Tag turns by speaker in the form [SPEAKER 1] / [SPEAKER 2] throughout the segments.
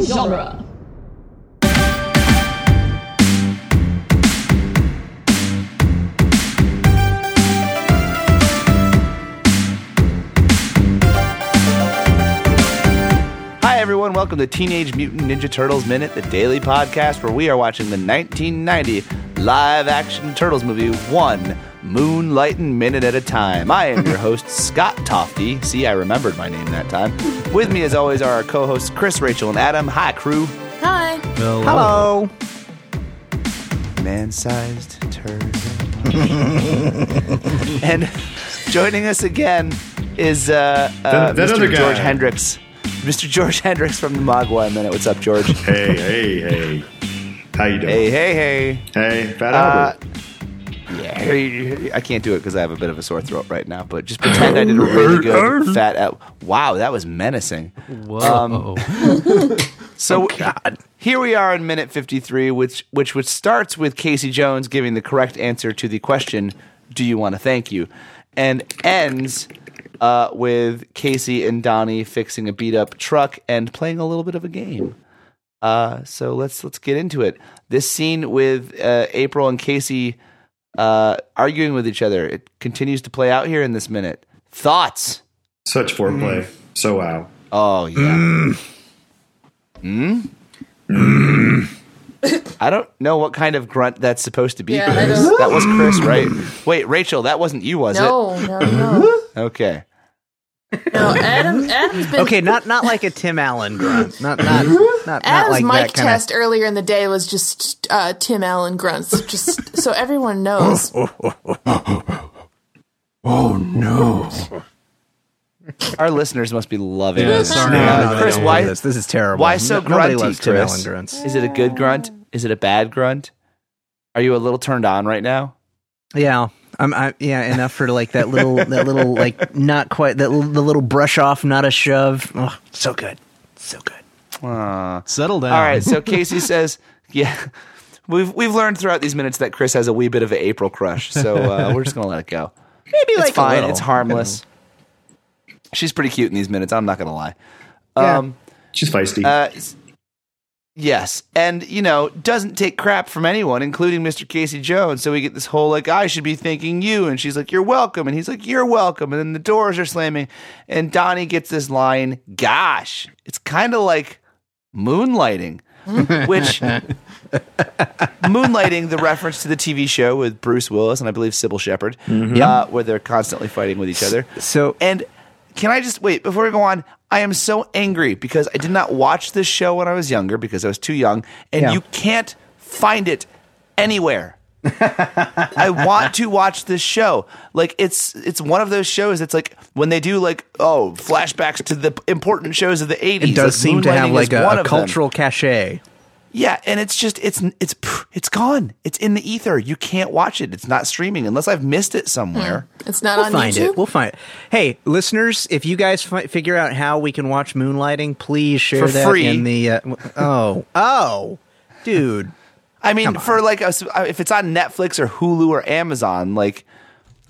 [SPEAKER 1] genre.
[SPEAKER 2] Hi, everyone. Welcome to Teenage Mutant Ninja Turtles Minute, the daily podcast where we are watching the 1990 live action Turtles movie, one moonlighting minute at a time. I am your host, Scott Tofty. See, I remembered my name that time. With me, as always, are our co hosts, Chris, Rachel, and Adam. Hi, crew.
[SPEAKER 1] Hi.
[SPEAKER 2] Hello. Man sized turd. and joining us again is uh, uh,
[SPEAKER 3] That- that
[SPEAKER 2] Mr.
[SPEAKER 3] other guy.
[SPEAKER 2] George Hendricks. Mr. George Hendricks from the Mogwai Minute. What's up, George?
[SPEAKER 3] Hey, hey, hey. How you doing?
[SPEAKER 2] hey, hey, hey.
[SPEAKER 3] Hey, Fat
[SPEAKER 2] Uh,
[SPEAKER 3] Albert.
[SPEAKER 2] yeah, hey, hey, I can't do it because I have a bit of a sore throat right now, but just pretend I did a really good fat. Al- wow, that was menacing. Um,
[SPEAKER 4] Whoa.
[SPEAKER 2] So here we are in minute 53, which, which which starts with Casey Jones giving the correct answer to the question, "Do you want to thank you?" and ends uh, with Casey and Donnie fixing a beat up truck and playing a little bit of a game. Uh, so let's let's get into it. This scene with uh, April and Casey uh, arguing with each other it continues to play out here in this minute. Thoughts?
[SPEAKER 3] Such foreplay. So wow.
[SPEAKER 2] Oh yeah. Mm. Hmm? I don't know what kind of grunt that's supposed to be.
[SPEAKER 1] Yeah, I
[SPEAKER 2] Chris.
[SPEAKER 1] don't-
[SPEAKER 2] That was Chris, right? Wait, Rachel, that wasn't you, was
[SPEAKER 1] No, no, no.
[SPEAKER 2] it? Okay.
[SPEAKER 1] No, Adam, Adam's been.
[SPEAKER 4] Okay, not not like a Tim Allen grunt. Not not not, not
[SPEAKER 1] Adam's
[SPEAKER 4] like
[SPEAKER 1] mic
[SPEAKER 4] that kind
[SPEAKER 1] test earlier in the day was just uh, Tim Allen grunts, just so everyone knows.
[SPEAKER 2] Our listeners must be loving
[SPEAKER 4] of.
[SPEAKER 2] this. Uh, Chris, why
[SPEAKER 4] this? This is terrible.
[SPEAKER 2] why so
[SPEAKER 4] No- nobody
[SPEAKER 2] grunty,
[SPEAKER 4] loves Tim
[SPEAKER 2] Chris?
[SPEAKER 4] Allen grunts.
[SPEAKER 2] is it a good grunt? Is it a bad grunt? Are you a little turned on right now?
[SPEAKER 4] Yeah. I'm, I, yeah, enough for like that little, that little, like not quite that l- the little brush off, not a shove. Oh, so good, so good.
[SPEAKER 2] Aw.
[SPEAKER 5] Settle down.
[SPEAKER 2] All right, so Casey says, yeah. We've we've learned throughout these minutes that Chris has a wee bit of an April crush, so uh, we're just gonna let it go.
[SPEAKER 4] Maybe
[SPEAKER 2] it's
[SPEAKER 4] like a
[SPEAKER 2] fine.
[SPEAKER 4] little.
[SPEAKER 2] It's harmless. She's pretty cute in these minutes. I'm not gonna lie.
[SPEAKER 4] Yeah.
[SPEAKER 2] Um,
[SPEAKER 3] She's feisty.
[SPEAKER 2] uh, s- yes, and you know doesn't take crap from anyone, including Mr. Casey Jones. So we get this whole like I should be thanking you, and she's like you're welcome, and he's like you're welcome, and then the doors are slamming, and Donnie gets this line. Gosh, it's kind of like moonlighting, which. Moonlighting, the reference to the TV show with Bruce Willis and I believe Sybil Shepherd, uh, where they're constantly fighting with each other.
[SPEAKER 4] So
[SPEAKER 2] And can I just wait before we go on? I am so angry because I did not watch this show when I was younger because I was too young, and
[SPEAKER 4] Yeah.
[SPEAKER 2] you can't find it anywhere. I want to watch this show. Like it's it's one of those shows. It's like when they do like oh flashbacks to the important shows of the eighties.
[SPEAKER 4] it does seem to have like a, a cultural cachet.
[SPEAKER 2] Yeah, and it's just it's it's it's gone. It's in the ether. You can't watch it. It's not streaming unless I've missed it somewhere.
[SPEAKER 1] It's not
[SPEAKER 4] We'll
[SPEAKER 1] on
[SPEAKER 4] find
[SPEAKER 1] YouTube.
[SPEAKER 4] it. We'll find it. Hey, listeners, if you guys fi- figure out how we can watch Moonlighting, please share
[SPEAKER 2] For
[SPEAKER 4] that
[SPEAKER 2] free.
[SPEAKER 4] in the. Uh, w- oh, oh, dude.
[SPEAKER 2] I mean, for like a, uh, if it's on Netflix or Hulu or Amazon, like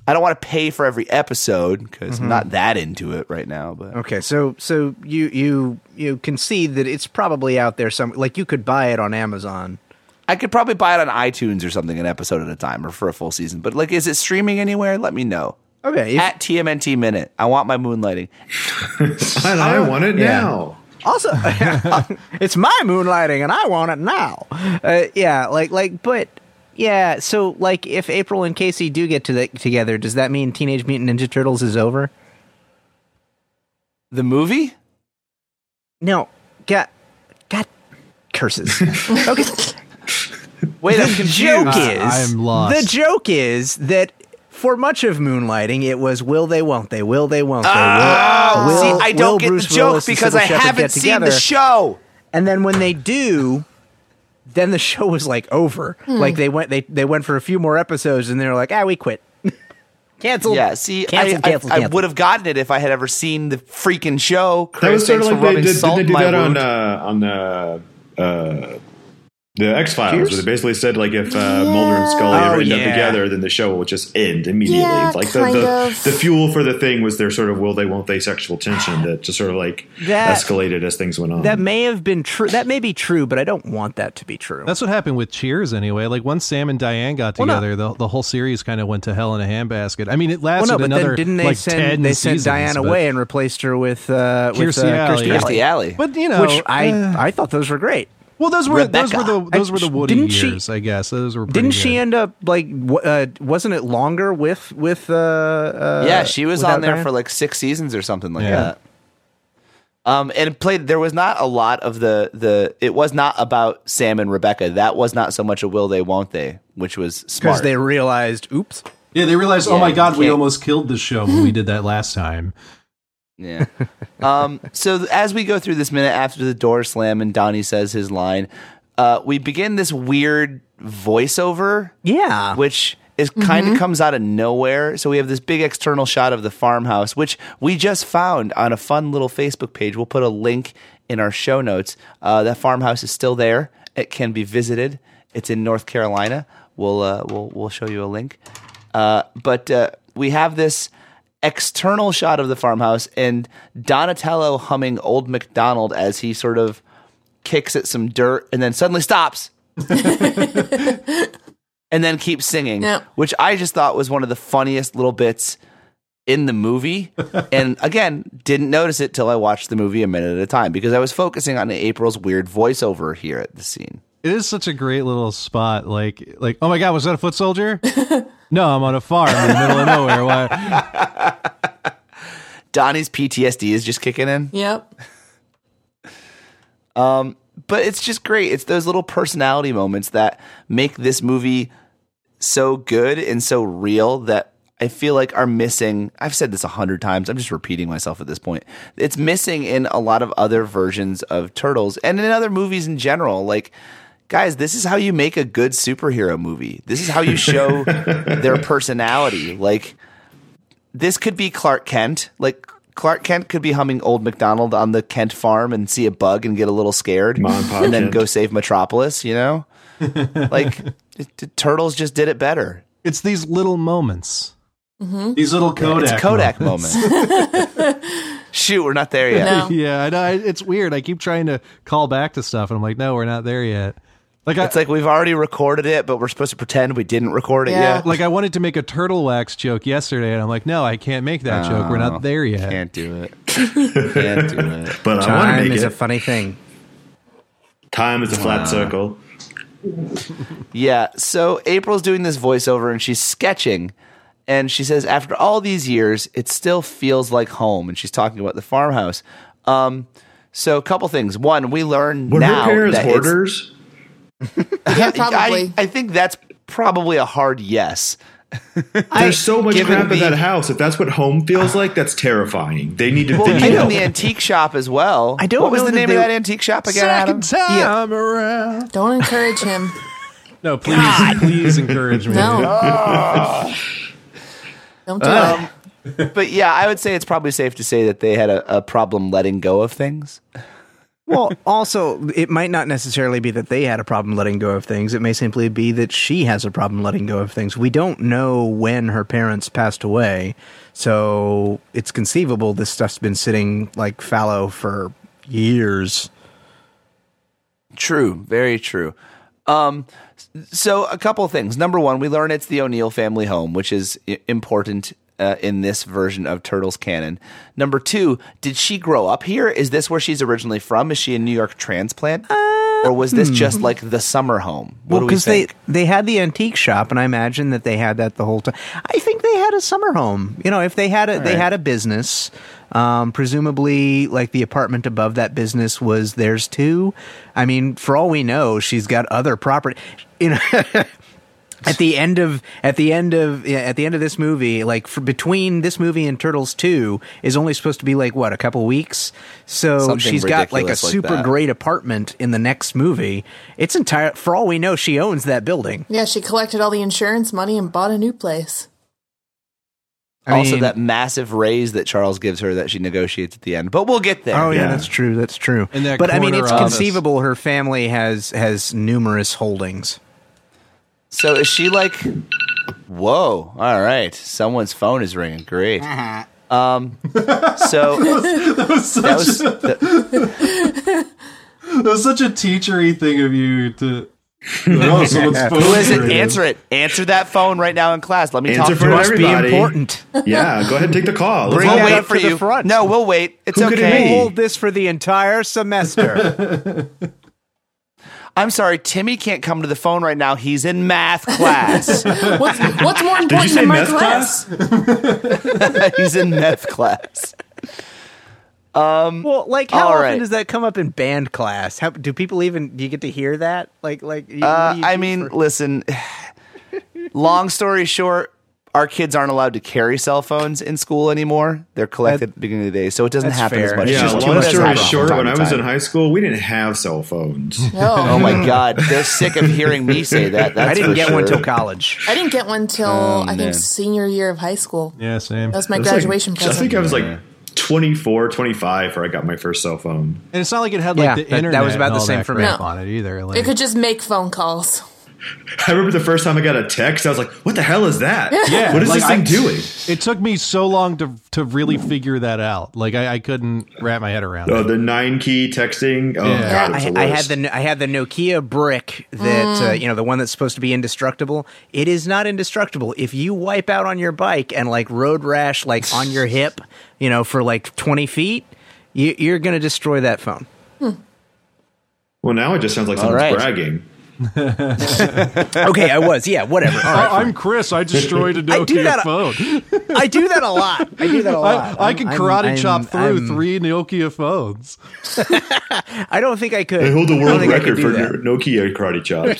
[SPEAKER 2] I don't want to pay for every episode because I'm not that into it right now. But
[SPEAKER 4] Mm-hmm. Okay, so so you you you concede that it's probably out there some like you could buy it on Amazon.
[SPEAKER 2] I could probably buy it on iTunes or something, an episode at a time, or for a full season. But like, is it streaming anywhere? Let me know.
[SPEAKER 4] Okay. if-
[SPEAKER 2] At TMNT Minute, I want my moonlighting.
[SPEAKER 3] and I want it now.
[SPEAKER 4] also, it's my moonlighting, and I want it now. Uh, yeah, like like, but yeah. So like, if April and Casey do get to the, together, does that mean Teenage Mutant Ninja Turtles is over?
[SPEAKER 2] The movie?
[SPEAKER 4] No, got got curses. okay,
[SPEAKER 2] Wait, I'm
[SPEAKER 4] the joke
[SPEAKER 2] confused.
[SPEAKER 5] I-
[SPEAKER 4] is
[SPEAKER 5] I'm lost.
[SPEAKER 4] The joke is that for much of moonlighting, it was will they, won't they, will they, won't they, will,
[SPEAKER 2] Oh,
[SPEAKER 4] will-
[SPEAKER 2] see, I don't
[SPEAKER 4] will
[SPEAKER 2] get
[SPEAKER 4] Bruce
[SPEAKER 2] the joke
[SPEAKER 4] Willis and
[SPEAKER 2] because
[SPEAKER 4] Sybil
[SPEAKER 2] I
[SPEAKER 4] Shepherd
[SPEAKER 2] haven't
[SPEAKER 4] get
[SPEAKER 2] seen
[SPEAKER 4] together.
[SPEAKER 2] the show.
[SPEAKER 4] And then when they do, then the show was like over. Like they went, they they went for a few more episodes, and they were like, ah, we quit, cancel.
[SPEAKER 2] Yeah, see,
[SPEAKER 4] cancel,
[SPEAKER 2] I,
[SPEAKER 4] cancel,
[SPEAKER 2] I, I
[SPEAKER 4] cancel.
[SPEAKER 2] would have gotten it if I had ever seen the freaking show.
[SPEAKER 3] That was
[SPEAKER 2] Chris,
[SPEAKER 3] sort of
[SPEAKER 2] thanks
[SPEAKER 3] like
[SPEAKER 2] for
[SPEAKER 3] they
[SPEAKER 2] rubbing
[SPEAKER 3] did, did
[SPEAKER 2] salt
[SPEAKER 3] they
[SPEAKER 2] in
[SPEAKER 3] do
[SPEAKER 2] my
[SPEAKER 3] that
[SPEAKER 2] wound.
[SPEAKER 3] on uh, on the uh, The X Files, where they basically said like if uh, Mulder and Scully
[SPEAKER 4] Yeah.
[SPEAKER 3] ever
[SPEAKER 4] Oh,
[SPEAKER 3] end
[SPEAKER 4] yeah.
[SPEAKER 3] up together, then the show will just end immediately.
[SPEAKER 1] Yeah,
[SPEAKER 3] like the,
[SPEAKER 1] kind
[SPEAKER 3] the,
[SPEAKER 1] of.
[SPEAKER 3] the fuel for the thing was their sort of will they won't they sexual tension that just sort of like
[SPEAKER 4] That-
[SPEAKER 3] escalated as things went on.
[SPEAKER 4] That may have been true. That may be true, but I don't want that to be true.
[SPEAKER 5] That's what happened with Cheers anyway. Like once Sam and Diane got
[SPEAKER 4] Well, no.
[SPEAKER 5] together, the, the whole series kind of went to hell in a handbasket. I mean, it
[SPEAKER 4] well,
[SPEAKER 5] lasted
[SPEAKER 4] no, but
[SPEAKER 5] another
[SPEAKER 4] then didn't they
[SPEAKER 5] like
[SPEAKER 4] send
[SPEAKER 5] 10
[SPEAKER 4] they sent
[SPEAKER 5] seasons,
[SPEAKER 4] Diane
[SPEAKER 5] but-
[SPEAKER 4] away and replaced her with uh, with
[SPEAKER 5] Kirstie
[SPEAKER 4] uh,
[SPEAKER 5] Alley.
[SPEAKER 4] Kirstie
[SPEAKER 5] Kirstie
[SPEAKER 4] Alley,
[SPEAKER 2] Alley.
[SPEAKER 5] But you know,
[SPEAKER 4] which I
[SPEAKER 5] uh,
[SPEAKER 4] I thought those were great.
[SPEAKER 5] well, those were those were
[SPEAKER 4] Rebecca.
[SPEAKER 5] the those
[SPEAKER 4] I-
[SPEAKER 5] were the Woody
[SPEAKER 4] didn't she-
[SPEAKER 5] years, I guess. Those were pretty
[SPEAKER 4] Didn't she
[SPEAKER 5] good.
[SPEAKER 4] end up like? W- uh, wasn't it longer with with? Uh, uh,
[SPEAKER 2] yeah, she was
[SPEAKER 4] without
[SPEAKER 2] on there
[SPEAKER 4] Diane?
[SPEAKER 2] for like six seasons or something like
[SPEAKER 5] Yeah.
[SPEAKER 2] that. Um, and it played. There was not a lot of the the. It was not about Sam and Rebecca. That was not so much a will they, won't they, which was smart.
[SPEAKER 4] because they realized, oops,
[SPEAKER 5] Yeah, they realized, oh
[SPEAKER 2] Yeah,
[SPEAKER 5] my
[SPEAKER 2] you
[SPEAKER 5] god, we
[SPEAKER 2] can't-
[SPEAKER 5] almost killed the show when we did that last time.
[SPEAKER 2] Yeah. um, so th- as we go through this minute after the door slam and Donnie says his line, uh, we begin this weird voiceover,
[SPEAKER 4] yeah,
[SPEAKER 2] which is kind of comes out of nowhere. So we have this big external shot of the farmhouse, which we just found on a fun little Facebook page. We'll put a link in our show notes. Uh, that farmhouse is still there. It can be visited. It's in North Carolina. We'll uh, we'll we'll show you a link. Uh, but uh, we have this external shot of the farmhouse and Donatello humming Old MacDonald as he sort of kicks at some dirt and then suddenly stops. and then keeps singing,
[SPEAKER 1] Yeah.
[SPEAKER 2] which I just thought was one of the funniest little bits in the movie. and again, didn't notice it till I watched the movie a minute at a time because I was focusing on April's weird voiceover here at the scene.
[SPEAKER 5] It is such a great little spot. Like, like, oh my god, was that a foot soldier? no, I'm on a farm in the middle of nowhere. Why?
[SPEAKER 2] Donnie's PTSD is just kicking in.
[SPEAKER 1] Yep.
[SPEAKER 2] but it's just great. It's those little personality moments that make this movie so good and so real that I feel like are missing. I've said this a hundred times. I'm just repeating myself at this point. It's missing in a lot of other versions of Turtles and in other movies in general. Like, guys, this is how you make a good superhero movie. This is how you show their personality. Like, this could be Clark Kent. Like Clark Kent could be humming Old MacDonald on the Kent farm and see a bug and get a little scared
[SPEAKER 3] Mom and Pop
[SPEAKER 2] and then
[SPEAKER 3] Kent.
[SPEAKER 2] go save Metropolis, you know? like it, the Turtles just did it better.
[SPEAKER 5] It's these little moments.
[SPEAKER 4] Mm-hmm.
[SPEAKER 5] These little Kodak.
[SPEAKER 2] it's Kodak moment. Shoot, we're not there yet.
[SPEAKER 1] No.
[SPEAKER 5] yeah, I know. I- It's weird. I keep trying to call back to stuff, and I'm like, no, we're not there yet. Like, I,
[SPEAKER 2] It's like we've already recorded it, but we're supposed to pretend we didn't record it
[SPEAKER 1] Yeah.
[SPEAKER 2] yet.
[SPEAKER 5] like I wanted to make a turtle wax joke yesterday, and I'm like, no, I can't make that joke. We're
[SPEAKER 4] Oh,
[SPEAKER 5] not there yet.
[SPEAKER 2] Can't do it. Can't do it.
[SPEAKER 3] but I want to
[SPEAKER 4] time
[SPEAKER 3] make
[SPEAKER 4] is
[SPEAKER 3] it.
[SPEAKER 4] a funny thing.
[SPEAKER 3] Time is a flat circle.
[SPEAKER 2] Yeah. So April's doing this voiceover and she's sketching. And she says, after all these years, it still feels like home. And she's talking about the farmhouse. Um, so, a couple things. One, we learn
[SPEAKER 3] Were
[SPEAKER 2] now
[SPEAKER 3] her parents
[SPEAKER 2] that it's-
[SPEAKER 3] hoarders?
[SPEAKER 1] Yeah,
[SPEAKER 2] I,
[SPEAKER 1] probably.
[SPEAKER 2] I think that's probably a hard yes.
[SPEAKER 3] There's so much
[SPEAKER 2] given
[SPEAKER 3] crap in
[SPEAKER 2] the-
[SPEAKER 3] that house. If that's what home feels like, that's terrifying. They need to.
[SPEAKER 2] Well,
[SPEAKER 3] they need
[SPEAKER 2] even
[SPEAKER 3] help.
[SPEAKER 2] the antique shop as well.
[SPEAKER 4] I don't
[SPEAKER 2] What was
[SPEAKER 4] know
[SPEAKER 2] the
[SPEAKER 4] that
[SPEAKER 2] name
[SPEAKER 4] they-
[SPEAKER 2] of that antique shop again? Adam?
[SPEAKER 5] Second time around.
[SPEAKER 1] Don't encourage him.
[SPEAKER 5] No, please, please encourage me.
[SPEAKER 1] No. Don't do it.
[SPEAKER 2] But yeah, I would say it's probably safe to say that they had a, a problem letting go of things.
[SPEAKER 4] Well, also, it might not necessarily be that they had a problem letting go of things. It may simply be that she has a problem letting go of things. We don't know when her parents passed away, so it's conceivable this stuff's been sitting like fallow for years.
[SPEAKER 2] True, very true. Um, s- so a couple things. Number one, we learn it's the O'Neill family home, which is i- important uh, in this version of Turtles canon. Number two, did she grow up here? Is this where she's originally from? Is she a New York transplant, or was this just like the summer home? What
[SPEAKER 4] Well,
[SPEAKER 2] do we
[SPEAKER 4] because they
[SPEAKER 2] think?
[SPEAKER 4] they had the antique shop, and I imagine that they had that the whole time. I think they had a summer home. You know, if they had a they
[SPEAKER 2] right.
[SPEAKER 4] had a business, um, presumably like the apartment above that business was theirs too. I mean, for all we know, she's got other property. You know. At the end of at the end of yeah, at the end of this movie, like for, between this movie and Turtles Two, is only supposed to be like what a couple weeks. So
[SPEAKER 2] Something
[SPEAKER 4] she's got like a
[SPEAKER 2] ridiculous like
[SPEAKER 4] super
[SPEAKER 2] that.
[SPEAKER 4] great apartment in the next movie. It's entire for all we know she owns that building.
[SPEAKER 1] Yeah, she collected all the insurance money and bought a new place.
[SPEAKER 4] I
[SPEAKER 2] also,
[SPEAKER 4] mean-
[SPEAKER 2] that massive raise that Charles gives her that she negotiates at the end. But we'll get there.
[SPEAKER 4] Oh yeah,
[SPEAKER 3] Yeah.
[SPEAKER 4] that's true. That's true.
[SPEAKER 5] In that
[SPEAKER 4] but I mean,
[SPEAKER 5] corner
[SPEAKER 4] it's
[SPEAKER 5] office.
[SPEAKER 4] conceivable her family has has numerous holdings.
[SPEAKER 2] So is she like? Whoa! All right, someone's phone is ringing. Great. Um. So that was. that-
[SPEAKER 5] That was such a teachery thing of you to. Oh, someone's phone
[SPEAKER 2] who is it? Answer it. Answer that phone right now in class. Let me
[SPEAKER 3] Answer
[SPEAKER 2] talk
[SPEAKER 3] for
[SPEAKER 2] to her.
[SPEAKER 3] every- Everybody.
[SPEAKER 4] Be important.
[SPEAKER 3] Yeah, go ahead and take the call. Let's
[SPEAKER 2] We'll
[SPEAKER 4] that
[SPEAKER 3] all-
[SPEAKER 2] wait
[SPEAKER 4] up
[SPEAKER 2] for
[SPEAKER 4] to the
[SPEAKER 2] you.
[SPEAKER 4] front.
[SPEAKER 2] No, we'll wait. It's
[SPEAKER 3] Who could it
[SPEAKER 2] okay.
[SPEAKER 3] be?
[SPEAKER 4] Hold this for the entire semester.
[SPEAKER 2] I'm sorry, Timmy can't come to the phone right now. He's in math class.
[SPEAKER 1] What's, what's more important
[SPEAKER 3] say
[SPEAKER 1] than my
[SPEAKER 3] meth
[SPEAKER 1] class?
[SPEAKER 2] He's in math class.
[SPEAKER 4] well, like how
[SPEAKER 2] All
[SPEAKER 4] often
[SPEAKER 2] right.
[SPEAKER 4] does that come up in band class? How do people even do you get to hear that? Like like you- what
[SPEAKER 2] Uh,
[SPEAKER 4] do you
[SPEAKER 2] I
[SPEAKER 4] do
[SPEAKER 2] mean,
[SPEAKER 4] for-
[SPEAKER 2] listen. Long story short, our kids aren't allowed to carry cell phones in school anymore. They're collected at the beginning of the day, so it doesn't
[SPEAKER 4] That's
[SPEAKER 2] happen as
[SPEAKER 4] fair.
[SPEAKER 2] much.
[SPEAKER 3] Yeah,
[SPEAKER 2] It's just too
[SPEAKER 3] long
[SPEAKER 2] much to
[SPEAKER 3] story
[SPEAKER 2] happen from
[SPEAKER 3] short,
[SPEAKER 2] time
[SPEAKER 3] when
[SPEAKER 2] to
[SPEAKER 3] I was
[SPEAKER 2] time.
[SPEAKER 3] in high school, we didn't have cell phones.
[SPEAKER 2] Oh
[SPEAKER 1] No,
[SPEAKER 2] my god, they're sick of hearing me say that. That's
[SPEAKER 4] I didn't
[SPEAKER 2] for
[SPEAKER 4] get one
[SPEAKER 2] sure.
[SPEAKER 4] till college.
[SPEAKER 1] I didn't get one till I think
[SPEAKER 2] man.
[SPEAKER 1] senior year of high school.
[SPEAKER 5] Yeah, same.
[SPEAKER 1] That was my
[SPEAKER 3] It's like-
[SPEAKER 1] graduation
[SPEAKER 3] I think
[SPEAKER 1] present.
[SPEAKER 3] I was like 24, 25 where I got my first cell phone.
[SPEAKER 5] And it's not like it had like
[SPEAKER 4] Yeah,
[SPEAKER 5] the
[SPEAKER 4] that- that
[SPEAKER 5] internet.
[SPEAKER 4] was about
[SPEAKER 5] and
[SPEAKER 4] the
[SPEAKER 5] all
[SPEAKER 4] same
[SPEAKER 5] that
[SPEAKER 4] for me.
[SPEAKER 5] crap
[SPEAKER 1] No.
[SPEAKER 5] on it either. Like,
[SPEAKER 1] It could just make phone calls.
[SPEAKER 3] I remember the first time I got a text, I was like, what the hell is that?
[SPEAKER 5] Yeah,
[SPEAKER 3] what is
[SPEAKER 5] like,
[SPEAKER 3] this thing
[SPEAKER 5] I-
[SPEAKER 3] doing?
[SPEAKER 5] it took me so long to to really figure that out. Like I, I couldn't wrap my head around
[SPEAKER 3] Oh,
[SPEAKER 5] it.
[SPEAKER 3] the nine key texting. Oh,
[SPEAKER 5] Yeah.
[SPEAKER 3] God, it was
[SPEAKER 4] I,
[SPEAKER 3] the
[SPEAKER 4] I had
[SPEAKER 3] worst.
[SPEAKER 4] the I had the Nokia brick that uh, you know the one that's supposed to be indestructible. It is not indestructible. If you wipe out on your bike and like road rash like on your hip, you know for like twenty feet, you, you're going to destroy that phone.
[SPEAKER 3] Well, now it just sounds like someone's
[SPEAKER 2] right.
[SPEAKER 3] bragging.
[SPEAKER 4] Okay, I was yeah whatever. All right,
[SPEAKER 5] I, am Chris. I destroyed a
[SPEAKER 4] I do
[SPEAKER 5] Nokia
[SPEAKER 4] that-
[SPEAKER 5] phone.
[SPEAKER 4] I do that a lot. I do that a lot.
[SPEAKER 5] I, I can
[SPEAKER 4] I'm-
[SPEAKER 5] karate
[SPEAKER 4] I'm-
[SPEAKER 5] chop through
[SPEAKER 4] I'm-
[SPEAKER 5] three Nokia phones.
[SPEAKER 4] I don't think I could.
[SPEAKER 3] I hold the
[SPEAKER 4] don't
[SPEAKER 3] world
[SPEAKER 4] think I could
[SPEAKER 3] record for
[SPEAKER 4] do that.
[SPEAKER 3] no- Nokia karate chops.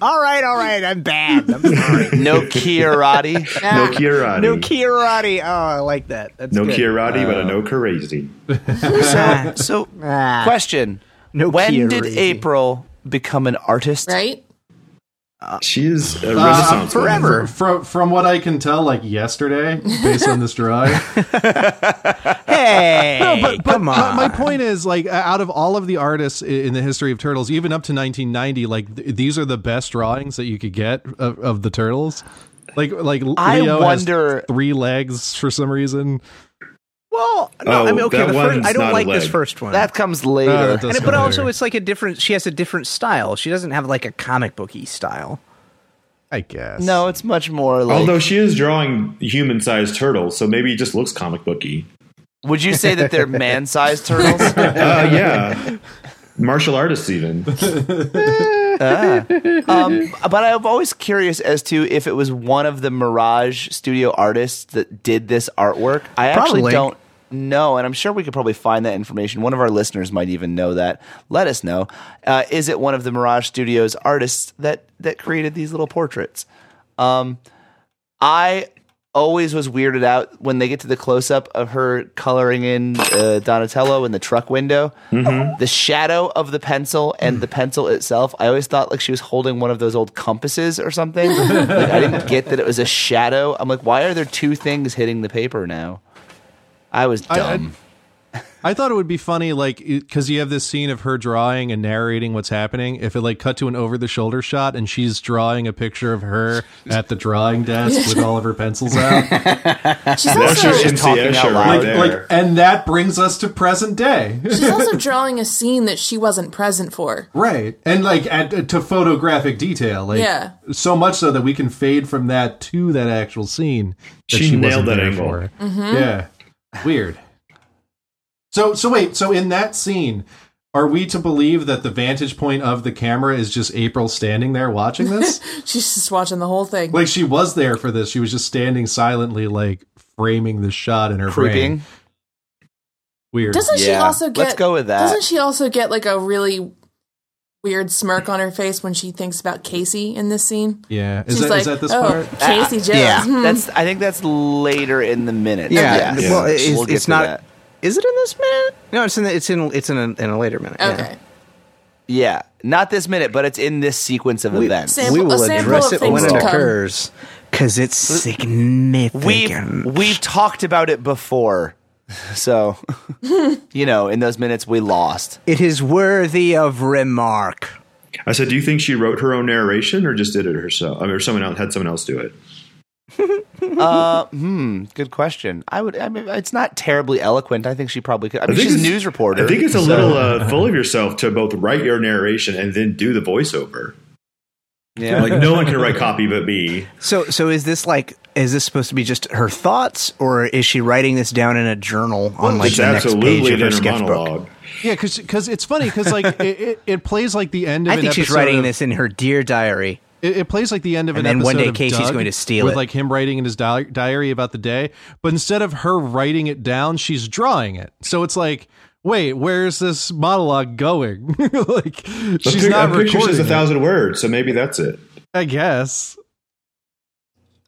[SPEAKER 4] All right, all right. I'm bad. I'm sorry.
[SPEAKER 2] No Kirati.
[SPEAKER 1] Ah,
[SPEAKER 3] Nokia Roddy.
[SPEAKER 4] no Kirati. Oh, I like that. That's
[SPEAKER 3] No
[SPEAKER 4] good.
[SPEAKER 3] Kirati,
[SPEAKER 5] Uh,
[SPEAKER 3] but a no crazy.
[SPEAKER 2] so, so
[SPEAKER 4] Ah.
[SPEAKER 2] question.
[SPEAKER 4] No
[SPEAKER 2] when
[SPEAKER 4] Kirati.
[SPEAKER 2] did April become an artist?
[SPEAKER 1] right?
[SPEAKER 3] She is a
[SPEAKER 5] uh,
[SPEAKER 3] renaissance woman.
[SPEAKER 4] Uh, forever.
[SPEAKER 5] From from what I can tell, like yesterday, based on this drawing.
[SPEAKER 4] Hey,
[SPEAKER 5] but, but
[SPEAKER 4] come
[SPEAKER 5] my-
[SPEAKER 4] on.
[SPEAKER 5] My, point is, like, out of all of the artists i- in the history of turtles, even up to 1990, like th- these are the best drawings that you could get of, of the turtles. Like, like
[SPEAKER 2] I
[SPEAKER 5] Leo
[SPEAKER 2] wonder-
[SPEAKER 5] has three legs for some reason.
[SPEAKER 4] Well, no,
[SPEAKER 3] Oh,
[SPEAKER 4] I mean, okay,
[SPEAKER 3] that
[SPEAKER 4] the first,
[SPEAKER 3] one's
[SPEAKER 4] I don't
[SPEAKER 3] not a
[SPEAKER 4] like this
[SPEAKER 3] leg.
[SPEAKER 4] first one.
[SPEAKER 2] That comes later.
[SPEAKER 5] Oh,
[SPEAKER 3] Ah,
[SPEAKER 5] that does
[SPEAKER 4] And-
[SPEAKER 5] go
[SPEAKER 4] but
[SPEAKER 5] later.
[SPEAKER 4] also, it's like a different. She has a different style. She doesn't have like a comic booky style.
[SPEAKER 5] I guess
[SPEAKER 2] no, it's much more like.
[SPEAKER 3] Although she is drawing human sized turtles, so maybe it just looks comic booky.
[SPEAKER 2] would you say that they're man-sized turtles?
[SPEAKER 3] Uh, yeah. Martial artists, even.
[SPEAKER 2] Um, but I'm always curious as to if it was one of the Mirage Studio artists that did this artwork. I actually
[SPEAKER 4] Probably.
[SPEAKER 2] don't know, and I'm sure we could probably find that information. One of our listeners might even know that. Let us know. Uh, is it one of the Mirage Studios artists that that created these little portraits? Um, I always was weirded out when they get to the close up of her coloring in uh, Donatello in the truck window. The shadow of the pencil and the pencil itself. I always thought like she was holding one of those old compasses or something. like, I didn't get that it was a shadow. I'm like, why are there two things hitting the paper now? I was
[SPEAKER 5] I- I-
[SPEAKER 2] dumb.
[SPEAKER 5] I thought it would be funny, like, because you have this scene of her drawing and narrating what's happening. If it like cut to an over the shoulder shot and she's drawing a picture of her at the drawing desk with all of her pencils out,
[SPEAKER 1] She's
[SPEAKER 3] That's
[SPEAKER 1] also
[SPEAKER 3] just
[SPEAKER 2] She's talking
[SPEAKER 3] NCS
[SPEAKER 2] out
[SPEAKER 3] shirt
[SPEAKER 2] loud.
[SPEAKER 3] right
[SPEAKER 5] like,
[SPEAKER 3] there.
[SPEAKER 5] like, and that brings us to present day.
[SPEAKER 1] she's also drawing a scene that she wasn't present for.
[SPEAKER 5] Right. And like at, uh, to photographic detail. Like
[SPEAKER 1] Yeah.
[SPEAKER 5] so much so that we can fade from that to that actual scene. That
[SPEAKER 3] She nailed that
[SPEAKER 5] there
[SPEAKER 3] angle.
[SPEAKER 1] Mm-hmm.
[SPEAKER 5] Yeah. Weird. So so wait, so in that scene, are we to believe that the vantage point of the camera is just April standing there watching this?
[SPEAKER 1] She's just watching the whole thing.
[SPEAKER 5] like she was there for this. She was just standing silently like framing the shot in her brain.
[SPEAKER 2] Creeping.
[SPEAKER 5] Weird.
[SPEAKER 1] doesn't she
[SPEAKER 2] Yeah,
[SPEAKER 1] also get?
[SPEAKER 2] let's go with that.
[SPEAKER 1] Doesn't she also get like a really weird smirk on her face when she thinks about Casey in this scene?
[SPEAKER 5] yeah. Is
[SPEAKER 1] She's
[SPEAKER 5] that is
[SPEAKER 1] like,
[SPEAKER 5] that this
[SPEAKER 1] oh,
[SPEAKER 5] part?
[SPEAKER 1] Casey Jones.
[SPEAKER 4] yeah.
[SPEAKER 1] hmm.
[SPEAKER 2] That's I think that's later in the minute.
[SPEAKER 4] Yeah.
[SPEAKER 2] Yes.
[SPEAKER 4] Well, it's,
[SPEAKER 2] We'll get
[SPEAKER 4] it's
[SPEAKER 2] to
[SPEAKER 4] not.
[SPEAKER 2] that.
[SPEAKER 4] Is it in this minute? No, it's in. The, it's in. It's in a, in a later minute. yeah.
[SPEAKER 1] okay.
[SPEAKER 2] Yeah, not this minute, but it's in this sequence of events.
[SPEAKER 1] Sam-
[SPEAKER 4] we
[SPEAKER 1] a
[SPEAKER 4] will
[SPEAKER 1] sample
[SPEAKER 4] address
[SPEAKER 1] of
[SPEAKER 4] it
[SPEAKER 1] things
[SPEAKER 4] when
[SPEAKER 1] to
[SPEAKER 4] it
[SPEAKER 1] come.
[SPEAKER 4] occurs. because it's significant.
[SPEAKER 2] We've we've talked about it before, so you know, in those minutes we lost.
[SPEAKER 4] It is worthy of remark.
[SPEAKER 3] I said, "Do you think she wrote her own narration, or just did it herself, I mean, or someone else had someone else do it?"
[SPEAKER 2] Uh, hmm, good question. I would. I mean, it's not terribly eloquent. I think she probably could. I mean, she's a
[SPEAKER 3] it's-
[SPEAKER 2] news reporter.
[SPEAKER 3] I think it's a
[SPEAKER 2] so-
[SPEAKER 3] little uh, full of yourself to both write your narration and then do the voiceover.
[SPEAKER 2] Yeah.
[SPEAKER 3] Like no one can write copy but me.
[SPEAKER 4] So, so is this like? Is this supposed to be just her thoughts, or is she writing this down in a journal on like
[SPEAKER 3] it's
[SPEAKER 4] the next page
[SPEAKER 3] absolutely an
[SPEAKER 4] of her
[SPEAKER 3] inner
[SPEAKER 4] sketchbook?
[SPEAKER 3] monologue.
[SPEAKER 5] Yeah, because it's funny because like it, it, it plays like the end of
[SPEAKER 4] I
[SPEAKER 5] an
[SPEAKER 4] think
[SPEAKER 5] episode
[SPEAKER 4] she's writing
[SPEAKER 5] of-
[SPEAKER 4] this in her dear diary.
[SPEAKER 5] It, it plays like the end of
[SPEAKER 4] And
[SPEAKER 5] an
[SPEAKER 4] then
[SPEAKER 5] episode
[SPEAKER 4] one day
[SPEAKER 5] of
[SPEAKER 4] Casey's
[SPEAKER 5] Doug
[SPEAKER 4] going to steal
[SPEAKER 5] with
[SPEAKER 4] it.
[SPEAKER 5] like him writing in his di- diary about the day, but instead of her writing it down, she's drawing it. So it's like, wait, where's this monologue going? like
[SPEAKER 3] The
[SPEAKER 5] she's
[SPEAKER 3] pic-
[SPEAKER 5] not
[SPEAKER 3] a picture
[SPEAKER 5] recording.
[SPEAKER 3] says a
[SPEAKER 5] it,
[SPEAKER 3] thousand words, so maybe that's it.
[SPEAKER 5] I guess.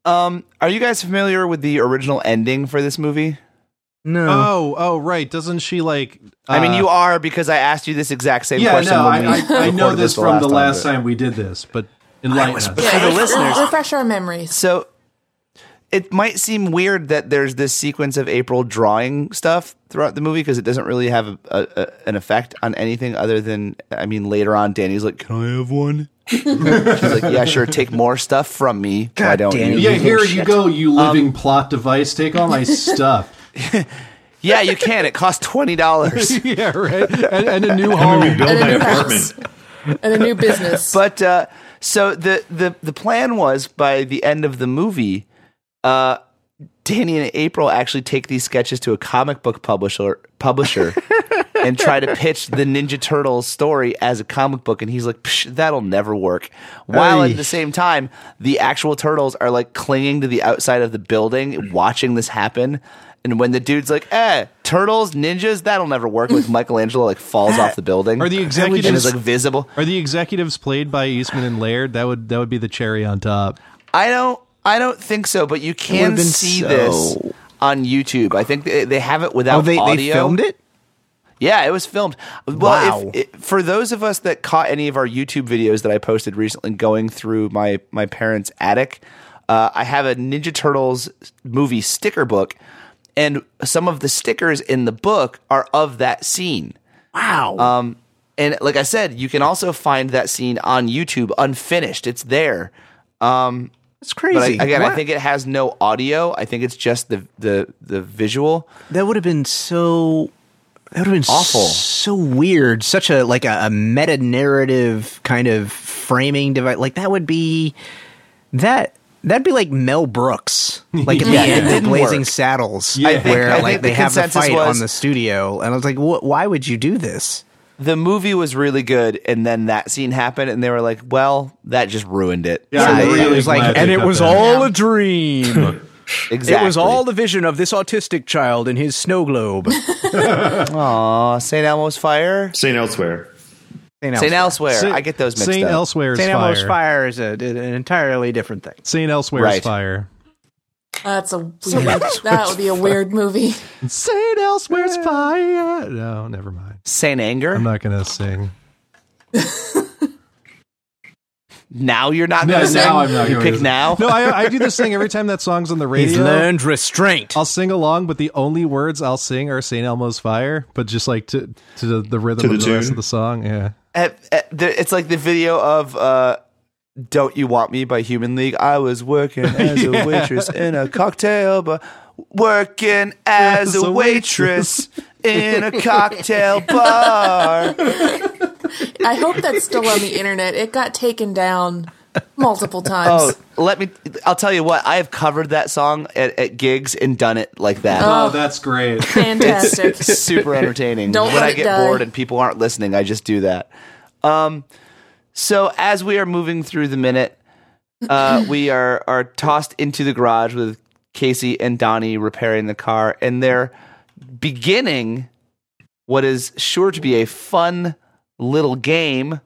[SPEAKER 2] Um, are you guys familiar with the original ending for this movie?
[SPEAKER 4] No,
[SPEAKER 5] Oh, oh, right. Doesn't she like?
[SPEAKER 2] I mean,
[SPEAKER 5] uh,
[SPEAKER 2] you are because I asked you this exact same
[SPEAKER 5] Yeah,
[SPEAKER 2] question.
[SPEAKER 5] no,
[SPEAKER 2] when we
[SPEAKER 5] I, I, I know
[SPEAKER 2] recorded
[SPEAKER 5] this from the last
[SPEAKER 2] but-
[SPEAKER 5] time we did this, but enlighten us.
[SPEAKER 1] Yeah,
[SPEAKER 2] for the
[SPEAKER 1] re-
[SPEAKER 2] listeners-
[SPEAKER 1] refresh our memories.
[SPEAKER 2] So it might seem weird that there's this sequence of April drawing stuff throughout the movie because it doesn't really have a, a, a, an effect on anything other than I mean later on Danny's like, "Can I have one?" She's like, "Yeah, sure, take more stuff from me. Why
[SPEAKER 4] God
[SPEAKER 2] don't
[SPEAKER 4] damn
[SPEAKER 2] you?"
[SPEAKER 4] it.
[SPEAKER 5] Yeah, here you go, you living plot device. Take all my stuff.
[SPEAKER 2] Yeah, you can. It costs twenty dollars.
[SPEAKER 5] yeah, right. And, and a new
[SPEAKER 3] I'm
[SPEAKER 5] home.
[SPEAKER 3] gonna rebuild
[SPEAKER 1] And a
[SPEAKER 3] my
[SPEAKER 1] new
[SPEAKER 3] apartment.
[SPEAKER 1] house. And a new business.
[SPEAKER 2] but uh, so the, the the plan was by the end of the movie, uh, Danny and April actually take these sketches to a comic book publisher publisher and try to pitch the Ninja Turtles story as a comic book, and he's like, Psh, "That'll never work." While
[SPEAKER 4] Aye.
[SPEAKER 2] at the same time, the actual turtles are like clinging to the outside of the building, watching this happen. And when the dude's like, "Eh, turtles, ninjas, that'll never work," like Michelangelo like falls off the building,
[SPEAKER 5] Are the
[SPEAKER 2] and
[SPEAKER 5] executives-
[SPEAKER 2] is like visible.
[SPEAKER 5] Are the executives played by Eastman and Laird? That would that would be the cherry on top.
[SPEAKER 2] I don't. I don't think so. But you
[SPEAKER 4] would've
[SPEAKER 2] can
[SPEAKER 4] been
[SPEAKER 2] see
[SPEAKER 4] so-
[SPEAKER 2] this on YouTube. I think they, they have it without
[SPEAKER 4] oh, they,
[SPEAKER 2] audio.
[SPEAKER 4] they filmed it.
[SPEAKER 2] Yeah, it was filmed. Well,
[SPEAKER 4] Wow.
[SPEAKER 2] if, it, for those of us that caught any of our YouTube videos that I posted recently, going through my my parents' attic, uh, I have a Ninja Turtles movie sticker book, and some of the stickers in the book are of that scene.
[SPEAKER 4] Wow.
[SPEAKER 2] Um, and like I said, you can also find that scene on YouTube, unfinished. It's there. Um,
[SPEAKER 4] That's crazy.
[SPEAKER 2] but I, again,
[SPEAKER 4] What?
[SPEAKER 2] I think it has no audio. I think it's just the the the visual.
[SPEAKER 4] that would have been so. That would have been
[SPEAKER 2] Awful.
[SPEAKER 4] So weird. Such a like a, a meta narrative kind of framing device. Like that would be that. That'd be like Mel Brooks, like at the
[SPEAKER 2] Yeah, it
[SPEAKER 4] end of
[SPEAKER 2] didn't
[SPEAKER 4] Blazing
[SPEAKER 2] work.
[SPEAKER 4] Saddles,
[SPEAKER 5] I think-
[SPEAKER 4] where
[SPEAKER 2] I
[SPEAKER 4] like
[SPEAKER 2] think the
[SPEAKER 4] they have the
[SPEAKER 2] consensus
[SPEAKER 4] fight
[SPEAKER 2] was-
[SPEAKER 4] on the studio, and I was like, "Wh- "Why would you do this?"
[SPEAKER 2] The movie was really good, and then that scene happened, and they were like, "Well, that just ruined it."
[SPEAKER 5] Yeah, I'm
[SPEAKER 2] So they-
[SPEAKER 5] really
[SPEAKER 4] it was like,
[SPEAKER 5] glad they
[SPEAKER 4] and it
[SPEAKER 5] cut
[SPEAKER 4] was
[SPEAKER 5] that
[SPEAKER 4] all a dream.
[SPEAKER 2] exactly.
[SPEAKER 4] It was all the vision of this autistic child in his snow globe.
[SPEAKER 2] Aw, St. Uh, Elmo's fire.
[SPEAKER 3] St. Elsewhere.
[SPEAKER 2] St. Elsewhere.
[SPEAKER 5] Saint-
[SPEAKER 2] I get those mixed
[SPEAKER 5] Saint
[SPEAKER 2] up.
[SPEAKER 5] Elsewhere's
[SPEAKER 4] St.
[SPEAKER 5] fire.
[SPEAKER 4] Elmo's fire is a, an entirely different thing.
[SPEAKER 5] Saint Elsewhere's
[SPEAKER 2] Right.
[SPEAKER 5] fire.
[SPEAKER 1] That's a weird. That would be a weird movie.
[SPEAKER 5] Saint Elsewhere's fire. No, never mind.
[SPEAKER 2] Saint anger.
[SPEAKER 5] I'm not gonna sing.
[SPEAKER 2] now you're not.
[SPEAKER 5] No,
[SPEAKER 2] gonna
[SPEAKER 5] now
[SPEAKER 2] sing?
[SPEAKER 5] I'm not
[SPEAKER 2] You
[SPEAKER 5] going
[SPEAKER 2] pick
[SPEAKER 5] to.
[SPEAKER 2] now.
[SPEAKER 5] No, I, I do this thing every time that song's on the radio.
[SPEAKER 4] restraint.
[SPEAKER 5] I'll sing along, but the only words I'll sing are Saint Elmo's fire, but just like to to the, the rhythm
[SPEAKER 3] To the
[SPEAKER 5] of the rest
[SPEAKER 3] tune.
[SPEAKER 5] of the song. Yeah.
[SPEAKER 2] At- at the- it's like the video of uh, "Don't You Want Me" by Human League. I was working as a waitress in a cocktail bar. Working as, a
[SPEAKER 5] a
[SPEAKER 2] waitress in a cocktail bar.
[SPEAKER 1] I hope that's still on the internet. It got taken down multiple
[SPEAKER 2] Oh,
[SPEAKER 1] times.
[SPEAKER 2] let me. I'll tell you what. I have covered that song at, at gigs and done it like that.
[SPEAKER 5] Oh, that's great.
[SPEAKER 1] Fantastic.
[SPEAKER 2] super entertaining.
[SPEAKER 1] Don't
[SPEAKER 2] when
[SPEAKER 1] let
[SPEAKER 2] I
[SPEAKER 1] it
[SPEAKER 2] get
[SPEAKER 1] die.
[SPEAKER 2] bored and people aren't listening, I just do that. Um, so as we are moving through the minute, uh, we are are tossed into the garage with Casey and Donnie repairing the car, and they're beginning what is sure to be a fun little game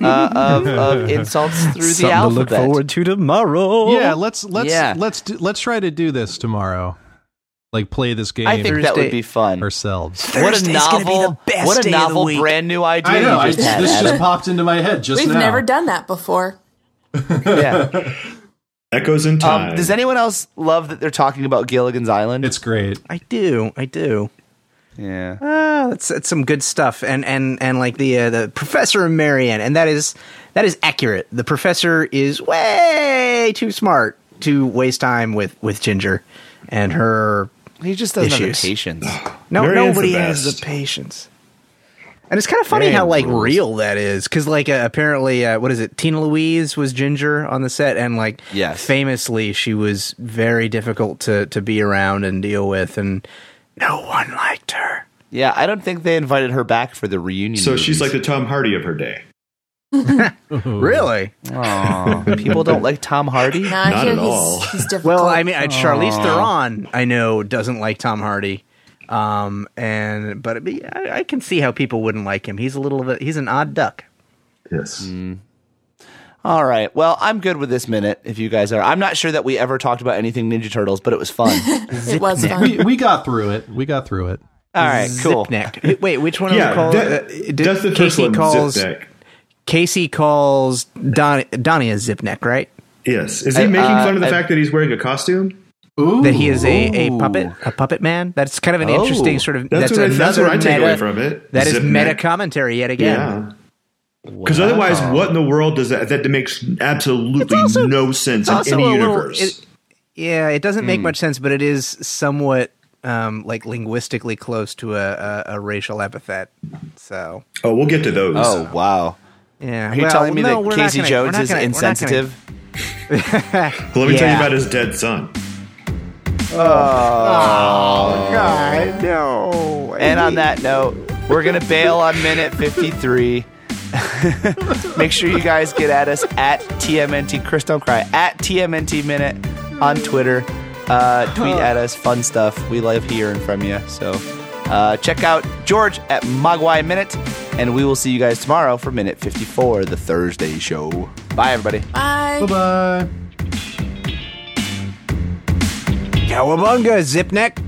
[SPEAKER 2] uh, of, of insults through the alphabet.
[SPEAKER 4] to tomorrow.
[SPEAKER 5] Yeah, let's let's
[SPEAKER 2] Yeah.
[SPEAKER 5] let's do, let's try to do this tomorrow. Like play this game
[SPEAKER 2] I think that would be fun.
[SPEAKER 5] ourselves.
[SPEAKER 2] What a
[SPEAKER 4] Thursday's gonna be
[SPEAKER 2] novel!
[SPEAKER 4] the best
[SPEAKER 2] what
[SPEAKER 4] day
[SPEAKER 2] a
[SPEAKER 4] of the
[SPEAKER 2] novel,
[SPEAKER 4] week.
[SPEAKER 2] brand new idea you just had. Adam.
[SPEAKER 5] popped into my head just
[SPEAKER 1] We've never done that before.
[SPEAKER 2] yeah.
[SPEAKER 3] Echoes in time.
[SPEAKER 2] Um, does anyone else love that they're talking about Gilligan's Island?
[SPEAKER 5] It's great.
[SPEAKER 4] I do. I do.
[SPEAKER 2] yeah.
[SPEAKER 4] Ah, that's, that's some good stuff, and and and like the uh, the professor and Marianne, and that is that is accurate. The professor is way too smart to waste time with with Ginger and her.
[SPEAKER 2] He just doesn't have
[SPEAKER 4] Issues.
[SPEAKER 2] the patience.
[SPEAKER 4] No,
[SPEAKER 3] Marianne's
[SPEAKER 4] nobody
[SPEAKER 3] the
[SPEAKER 4] has
[SPEAKER 3] best.
[SPEAKER 4] the patience. And it's kind of funny
[SPEAKER 2] Marianne
[SPEAKER 4] how like
[SPEAKER 2] rules.
[SPEAKER 4] real that is, because like uh, apparently, uh, what is it? Tina Louise was Ginger on the set, and like
[SPEAKER 2] Yes.
[SPEAKER 4] famously, she was very difficult to to be around and deal with, and no one liked her.
[SPEAKER 2] yeah, I don't think they invited her back for the reunion.
[SPEAKER 3] so she's like
[SPEAKER 2] movies.
[SPEAKER 3] the Tom Hardy of her day.
[SPEAKER 4] Really?
[SPEAKER 2] Aw, people don't like Tom Hardy.
[SPEAKER 1] Nah, I
[SPEAKER 3] Not
[SPEAKER 1] hear
[SPEAKER 3] at
[SPEAKER 1] he's,
[SPEAKER 3] all.
[SPEAKER 1] He's difficult.
[SPEAKER 4] Well, I mean, I, Charlize Theron, I know, doesn't like Tom Hardy, um, and but it, I, I can see how people wouldn't like him. He's a little of a he's an odd duck.
[SPEAKER 3] Yes.
[SPEAKER 4] Mm.
[SPEAKER 2] All right. Well, I'm good with this minute. If you guys are, I'm not sure that we ever talked about anything Ninja Turtles, but it was fun.
[SPEAKER 1] it was
[SPEAKER 5] We,
[SPEAKER 1] fun.
[SPEAKER 5] we got through it. We got through it.
[SPEAKER 2] All right. Cool.
[SPEAKER 4] Zipneck. Wait, which one
[SPEAKER 3] Yeah,
[SPEAKER 4] are we called?
[SPEAKER 3] that-
[SPEAKER 4] Uh, did-
[SPEAKER 3] that's the first
[SPEAKER 4] Casey
[SPEAKER 3] one.
[SPEAKER 4] calls
[SPEAKER 3] Zipneck.
[SPEAKER 4] Casey calls Don, Donnie a zipneck, right?
[SPEAKER 3] Yes. Is he
[SPEAKER 2] Uh,
[SPEAKER 3] making fun of the
[SPEAKER 2] uh,
[SPEAKER 3] fact that he's wearing a costume?
[SPEAKER 5] Ooh.
[SPEAKER 4] That he is a, a
[SPEAKER 2] Ooh.
[SPEAKER 4] puppet, a puppet man. That's kind of an
[SPEAKER 2] Oh.
[SPEAKER 4] interesting sort of.
[SPEAKER 3] That's,
[SPEAKER 4] That's,
[SPEAKER 3] what I, that's what
[SPEAKER 4] another
[SPEAKER 3] I take
[SPEAKER 4] meta-
[SPEAKER 3] away from it.
[SPEAKER 4] That is
[SPEAKER 3] Zipneck.
[SPEAKER 4] meta commentary yet again.
[SPEAKER 3] Yeah. Because otherwise, what in the world does that? That makes absolutely
[SPEAKER 4] also-
[SPEAKER 3] no sense in
[SPEAKER 4] also
[SPEAKER 3] any
[SPEAKER 4] a little-
[SPEAKER 3] universe.
[SPEAKER 4] it- yeah, it doesn't
[SPEAKER 2] Hmm.
[SPEAKER 4] make much sense, but it is somewhat um, like linguistically close to a, a, a racial epithet. So
[SPEAKER 3] oh, we'll get to those.
[SPEAKER 2] Oh wow.
[SPEAKER 4] yeah,
[SPEAKER 2] Are you
[SPEAKER 4] well,
[SPEAKER 2] telling me
[SPEAKER 4] no, we're
[SPEAKER 2] that
[SPEAKER 4] not
[SPEAKER 2] Casey
[SPEAKER 4] gonna- we're
[SPEAKER 2] Jones
[SPEAKER 4] not
[SPEAKER 2] is
[SPEAKER 4] gonna- we're not gonna-
[SPEAKER 2] insensitive?
[SPEAKER 3] Well, let me tell you
[SPEAKER 4] yeah.
[SPEAKER 3] about his dead son.
[SPEAKER 4] God, no.
[SPEAKER 2] And on that note, we're going to bail on minute 53. Make sure you guys get at us at TMNT, Chris, don't cry, at TMNT Minute on Twitter. Uh, tweet at us, fun stuff. We love hearing from you. So uh, check out George at Mogwai Minute, and we will see you guys tomorrow for Minute 54, the Thursday show. Bye, everybody.
[SPEAKER 1] Bye.
[SPEAKER 5] Bye.
[SPEAKER 4] Cowabunga, zipneck.